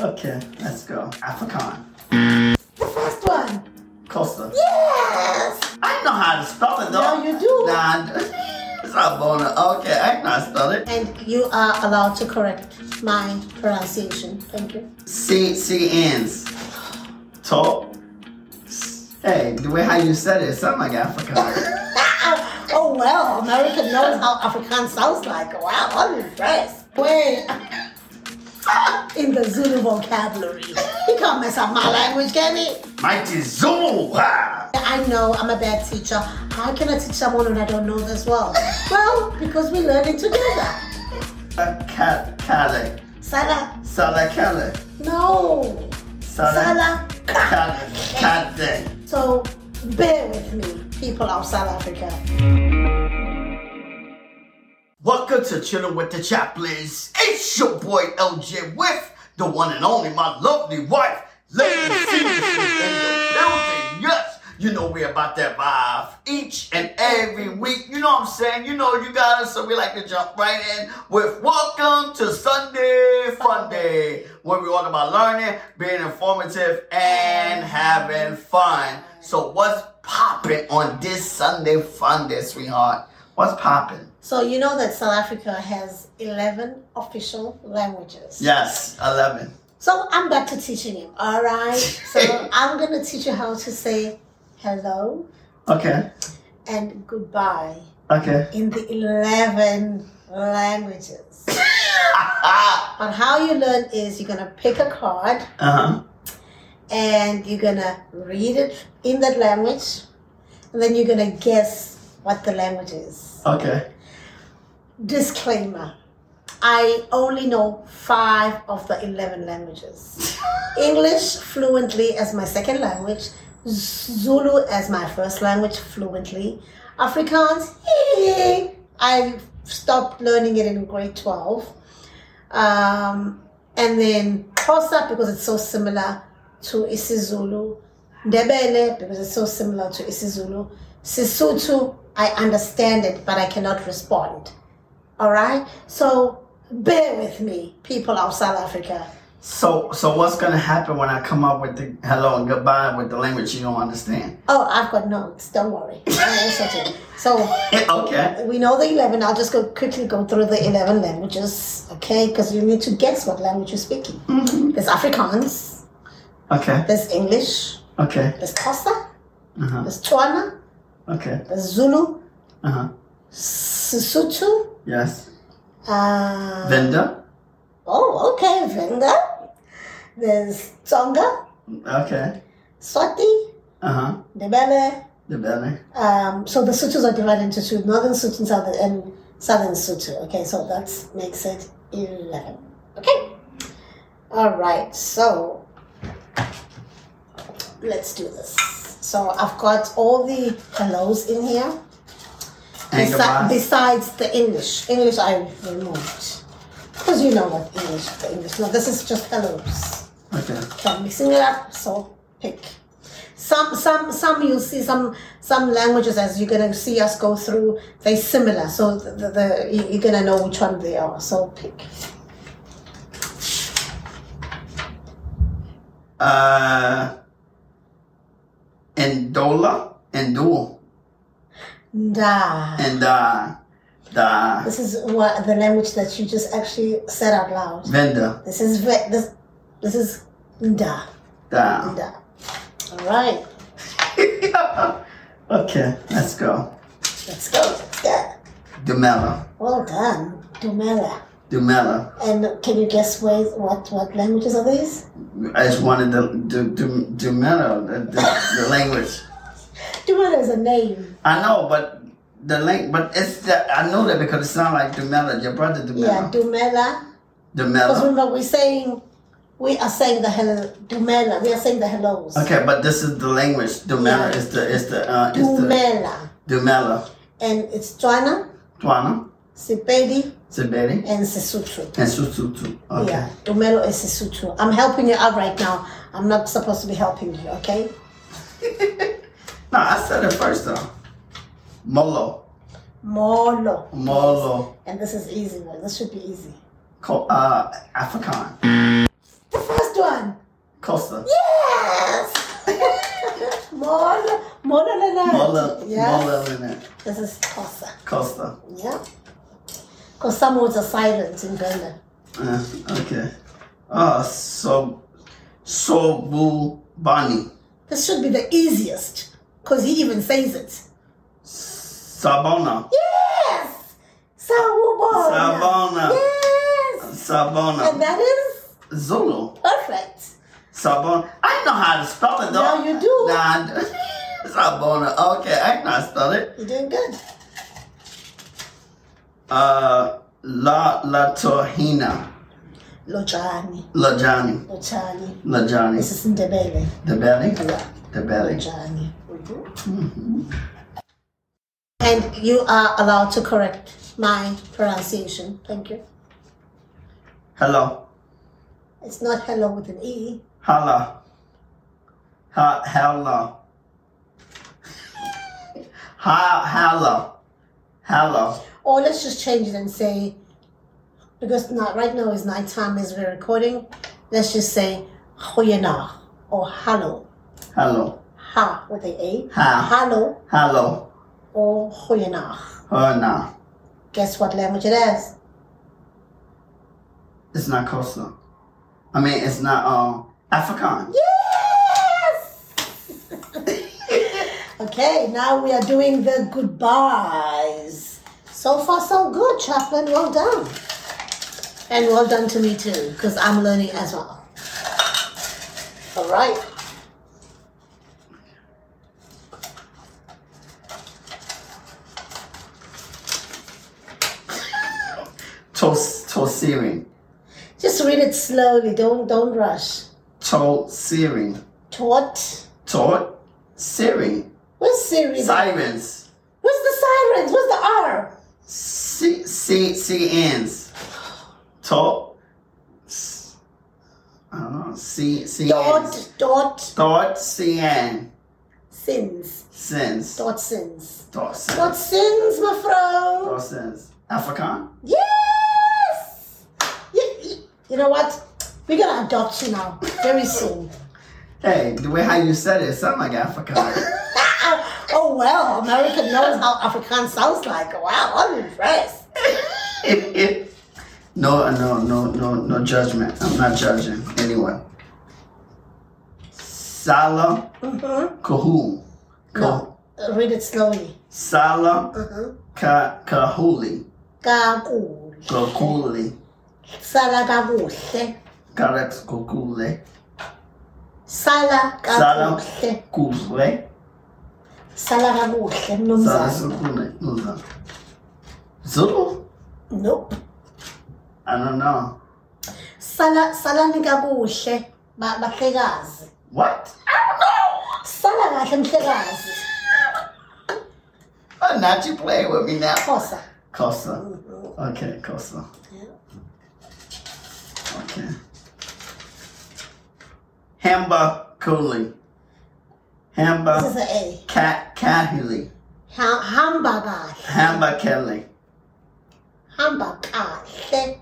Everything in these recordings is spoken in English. Okay, let's go. Afrikaan. The first one. Costa. Yes. I know how to spell it though. Now you do. Nah, it's not boner. Okay, I know how to spell it. And you are allowed to correct my pronunciation. Thank you. C C ends. Top. Hey, the way how you said it, it sound like Afrikaan. oh well, America knows how Afrikaans sounds like. Wow, I'm impressed. Wait. In the Zulu vocabulary. You can't mess up my language, can you? Mighty Zulu. Ah. Ha! I know I'm a bad teacher. How can I teach someone when I don't know this well? Well, because we're learning together. Cat Kale. Sala, Sala Kale. no. Sala. Kale. Kale. So bear with me, people of South Africa. Welcome to Chilling with the Chaplains. It's your boy LJ with the one and only my lovely wife, Lady Season, in the building. Yes, you know we're about that vibe each and every week. You know what I'm saying? You know you got us, so we like to jump right in with Welcome to Sunday Fun Day, where we're all about learning, being informative, and having fun. So what's popping on this Sunday Fun Day, sweetheart? What's popping? So you know that South Africa has 11 official languages. Yes, 11. So I'm back to teaching you, all right? So I'm going to teach you how to say hello Okay, and goodbye okay. in the 11 languages. Ah, But how you learn is you're gonna pick a card uh-huh. and you're gonna read it in that language, and then you're gonna guess what the language is. Okay. Disclaimer I only know five of the 11 languages English fluently as my second language, Zulu as my first language fluently, Afrikaans, I stopped learning it in grade 12. Um, and then Xhosa because it's so similar to isiZulu, Ndebele because it's so similar to isiZulu, Sisutu I understand it but I cannot respond. All right, so bear with me, people of South Africa. So, so what's gonna happen when I come up with the hello and goodbye with the language you don't understand? Oh, I've got notes. Don't worry. I will sort it. So Eh, Okay. we know the eleven. I'll just go quickly go through the eleven languages, okay? Because you need to guess what language you're speaking. There's Afrikaans. Okay. There's English. Okay. There's Xhosa. Uh-huh. There's Tswana. Okay. There's Zulu. Uh-huh. Sisutu. Yes. Uh, Vendor. oh, okay, Venga. There's Tsonga, Okay. Swati, Uh-huh. Ndebele, The belly. Um, so the sutus are divided into two: northern sutu and southern, and southern sutu. Okay, so that makes it eleven. Okay. All right. So let's do this. So I've got all the hellos in here. And Besi- goodbye. besides the English, English I removed because you know what English, the English. No, this is just hellos. Okay. So I'm mixing it up. So pick. Some some some you'll see some some languages as you're gonna see us go through. They similar, so the, the, the you- you're gonna know which one they are. So pick. Uh. Indola. Indul. Da. And uh. The This is what the language that you just actually said out loud. vendor. This is ve- this this is da The. da. All right, okay. Let's go. let's go. Let's go. Dumela. Well done, Dumela. Dumela. And can you guess where, what what languages are these? I just wanted the the the, the metal, the, the, the language. Dumela is a name. I know, but the link, but it's the, I know that because it sounds like the metal. Your brother the Yeah, metal. Dumela. the Because metal. remember, we're saying, we are saying the hello, Dumela. We are saying the hellos. Okay, but this is the language. The metal Yeah. is the is the uh, is the Dumela. the metal. And it's Tswana, Twana, Sipedi, Sibeli, and Sesotho. and Susutu. Okay. Yeah, Dumelo and Sesotho. I'm helping you out right now. I'm not supposed to be helping you, okay? No, I said it first though. Molo, Molo. Molo, And this is easy, one. This should be easy. Ko- uh, Afrikaan. The first Costa. Yes! Mona, Mona Lynette. Mola, Yes. Mola Lynette. This is Costa. Costa. Yeah. Because some words are silent in Ghana. Uh, okay. Ah, so, so Bani. This should be the easiest because he even says it. Sabona. Yes! Sawubona. Sabona. Yes! And Sabona. that is Zulu. perfect. Sabona. I know how to spell it though. Now you do. Nah. I d- Sabona. Okay, I know how to spell it. You're doing good. Uh, La Latohina. Lojani. Lajani. Lojani. This Lajani. is Ndebele. The belly. Yeah. The belly. Lojani. Mm-hmm. And you are allowed to correct my pronunciation. Thank you. Hello. It's not hello with an E. Hello. Ha hello. Ha hello. Hello. Or let's just change it and say, because not right now is night time as we're recording, let's just say goeienaag or hello. Hello. Ha with the A. Ha. Hello Hello. or goeienaag. Herna. Guess what language it is? It's not Costa. I mean, it's not um Afrikaans. Yes! okay, now we are doing the goodbyes. So far, so good, Chaplain. Well done. And well done to me, too, because I'm learning as well. All right. Tos Tosiring. Just read it slowly. Don't don't rush. Tosiring. Tort. Tot Searing. Where's series? Sirens. Where's the sirens? Where's the R? C C C ends. Tot s- I don't know. C C ends. Dot dot Thought C N sins. sins. Dot sins. Thought Dot sins. sins, mevrouw. Thought sins. Afrikaan. Yes! You, you, you know what? We're gonna adopt you now, very soon. Hey, the way how you said it, it sounded like Afrikaan. oh well, America knows how Afrikaans sounds like. Wow, I'm impressed. no, no, no, no, no judgment. I'm not judging anyone. Sala Mm-hmm. Kahul. No, uh, read it slowly. Sala Mm-hmm. ka, Kahuli. Kakuhle, Kokuli. sala kakuhle, Correct. Kokule. sala Sala kakuhle, Kule. sala kakuhle, Sala mnumzane. Sukule. Nuza. Zulu? Nope. I don't know. Sala salani kakuhle, ba- bahlekazi. What? Sala kahle mhlekazi. Oh, not you playing with me now. Xhosa. Costa. Mhm. Okay, Costa. Yeah. Okay. Hamba Cooley. This is Hamba an A. Cat Cahilly. eh, Ha- hamba kahle. Hamba Kelly. Hamba kahle.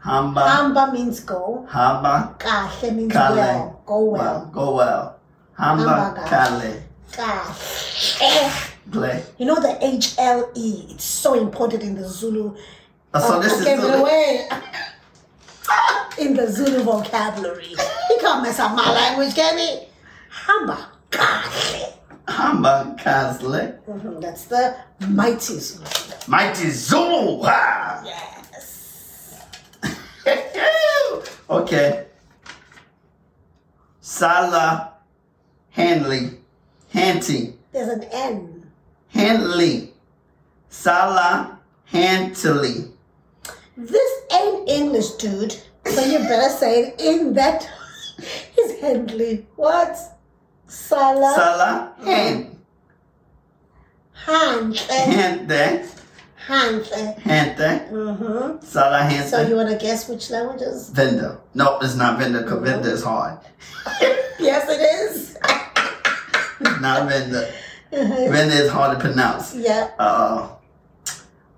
Hamba. Hamba means go. Hamba. Kahle means Kahle. well. Go Well, well. go well. Hamba Hamba Kale. Kahle. Gle. You know the H L E. It's so important in the Zulu. Uh, So this Oh, Okay, is by the the, way, in the Zulu vocabulary, you can't mess up my language, can he? Hamba kahle. Hamba Kazle. Mhm, That's the mighty Zulu. Mighty Zulu. Wow. Yes. okay. Sala Hanley. Hanty. There's an N. Hanley. Sala Hantley. This ain't English, dude. So you better say it in that. He's Henley. What? Salah. Sala Hand. Hante. Hante. Hante. Hante. Mm-hmm. Sala So you Hante. want to guess which languages? Vendor. No, it's not vendor because vendor is hard. Yes, it is. It's not vendor. Mhm. Vendor is hard to pronounce. yeah. Uh,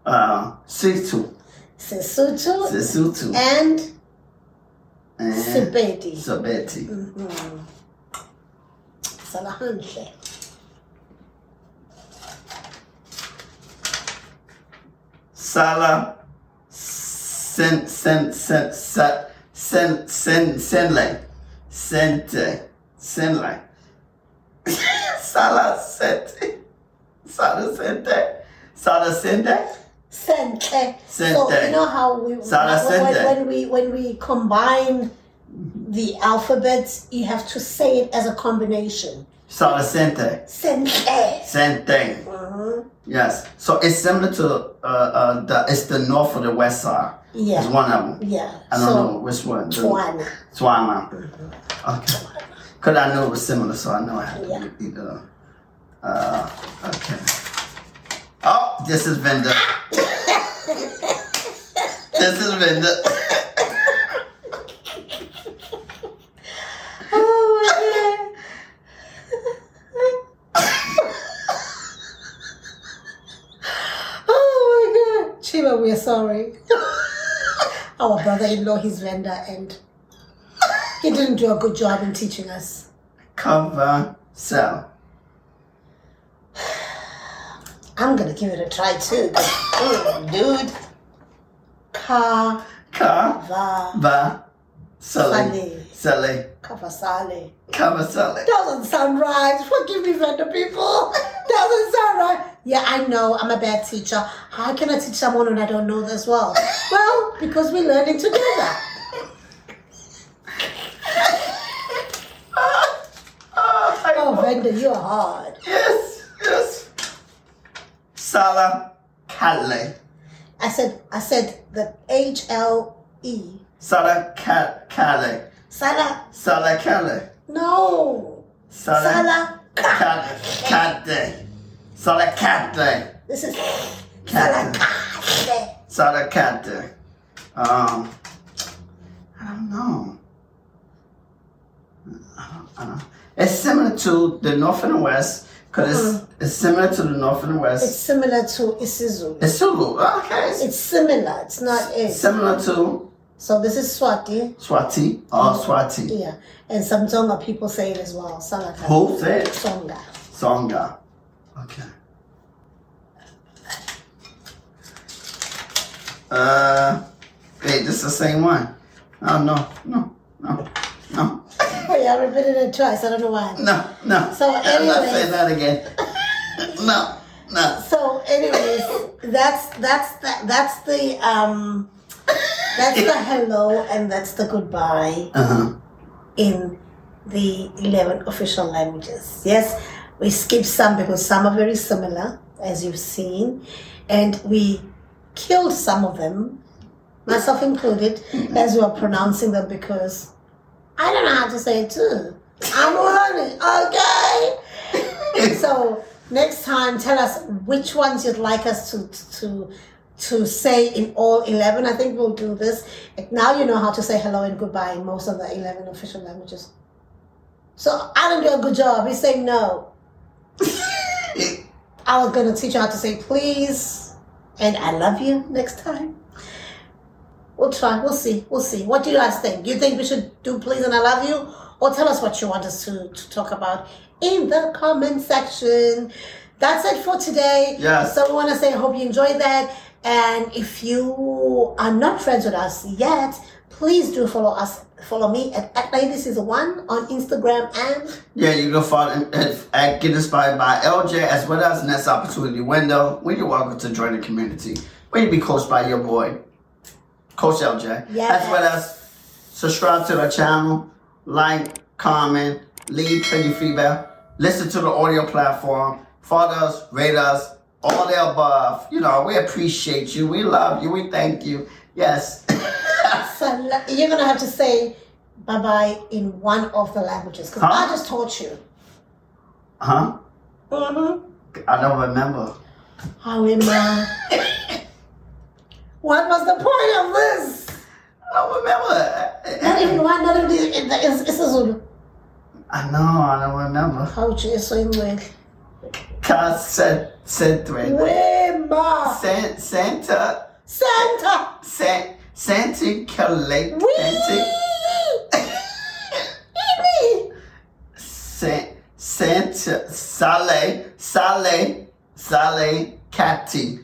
uh, Situ. Sesotho Sisutu. and and Sibeti. Sabeti. Mhm. Sala hantle. Sala Sen Sen Sen Sen Sen Sen Senle Sente Senle Sala Sente Sala Sente Sala Sente Sente. So Sente. you know how we Sala when, when- sente. when we when we combine the alphabets, you have to say it as a combination. Sala Sente Sente. Sente Mhm. Yes. So it's similar to uh, uh the it's the north or the west side. It's Yeah. one of them. Yeah. I don't know So which one. The- Twana. Twana. Okay. Because I knew it was similar, so I know I had to Yeah. yeah. eat it up. Uh, okay. Oh, this is Vinda. this is Vinda. Oh my god. oh my god. Chiba, we are sorry. Our brother in law, he's vendor, and he didn't do a good job in teaching us. Cover cell. I'm gonna give it a try too. 'cause, mm, dude. Ka Cover va Sully. Sully. Sully. kavasale. Cover Sully. Doesn't sound right. Forgive me, vendor people. Doesn't sound right. Yeah, I know. I'm a bad teacher. How can I teach someone when I don't know this well? well, because we're learning together. Oh, Ah, I Oh, know. vendor, you're hard. Yes, yes. Sala Cali. I said, I said the H L E. Sala Ca- Cali. Sala. Sala Cali. No. Sala. Cat, cat day. Sala cat day. This is Cat sala. day. Sala cat day. Um, I don't know. I don't, I don't. Um, It's similar to the North and the West, because it's, it's similar to the North and the Hmm. It's West. similar to Isizulu. It's Zulu. Okay. It's It's similar. It's not it. similar to So this is Swati. Swati or Swati. Yeah, and some Tonga people say it as well. Sala. Who said Tonga. Songa? Okay. Uh, wait, this is the same one. Oh, no, no, no, no, Oh, yeah, I repeated it twice. I don't know why. no, no. So I'm not anyway- saying that again. no, no. So, anyways, that's that's the, that's the um, that's the hello and that's the goodbye Uh-huh. in the eleven official languages. Yes, we skip some because some are very similar, as you've seen, and we killed some of them, myself included, as we were pronouncing them because I don't know how to say it too. I'm learning, okay. so next time tell us which ones you'd like us to to to say in all 11 i think we'll do this now you know how to say hello and goodbye in most of the 11 official languages so i didn't do a good job he's saying no i was going to teach you how to say please and i love you next time we'll try we'll see we'll see what do you guys think you think we should do please and i love you or tell us what you want us to, to talk about in the comment section that's it for today Yes. so we want to say, hope you enjoyed that. And if you are not friends with us yet, please do follow us. Follow me at, at Ladies is One on Instagram and Yeah, you can follow him at, at Get Inspired by LJ as well as Next Opportunity Window. When you're welcome to join the community, where you be coached by your boy, Coach LJ. Yes. As well as subscribe to the channel, like, comment, leave any feedback, listen to the audio platform, follow us, rate us, all the above. You know, we appreciate you, we love you, we thank you. Yes. Sala- you're gonna have to say bye bye in one of the languages because I Huh? just taught you. huh? Mm-hmm. Uh-huh. I don't remember. How am I? what was the point of this? I don't remember. Not even one, not even the, the, it's, it's a Zulu. I know, I don't remember. Ouch, it's so annoying. Cause San- Santa, Wema. San- Santa, Santa. San- Santa Colate, Wee. Santa, Saint Saint Saleh Saleh Saleh Kati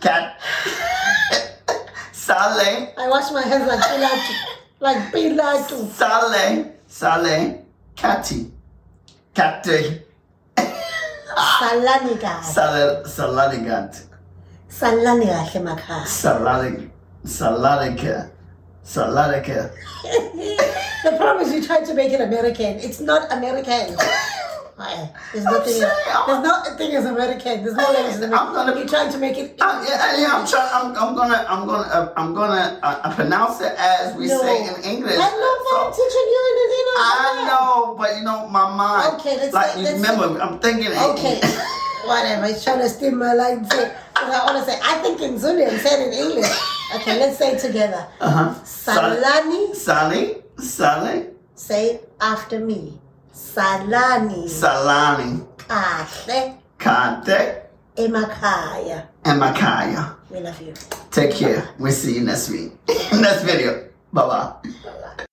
Cat Saleh I wash my hands like Pilato. like Pilato. Saleh Saleh Kati Kati Salani kahle. Saleh Salanigat Salani kahle makhaya. Salanik Salanika Salanika The problem is you try to make it American. It's not American. Uh, There's nothing. sorry, I'm- There's nothing as American. There's no language as I'm not American. a- You're trying to make it. Uh, yeah, yeah, I'm trying. I'm, I'm gonna. I'm gonna. Uh, I'm gonna uh, uh, pronounce it as we No. say in English. I love that So, teaching you anything. I know, but you know, my mind. Okay, let's- like let's- remember. I'm thinking. it- Okay, whatever. He's trying to steal my line. Say, 'cause I want to say. I think in Zulu and said in English. Okay, let's say it together. Uh huh. Salani, Sally. Sally. say it after me. Salani, Salani. kahle Kante. emakhaya. And Makaya. We love you. Take care. We'll see you next week. next video. Bye bye. Bye-bye.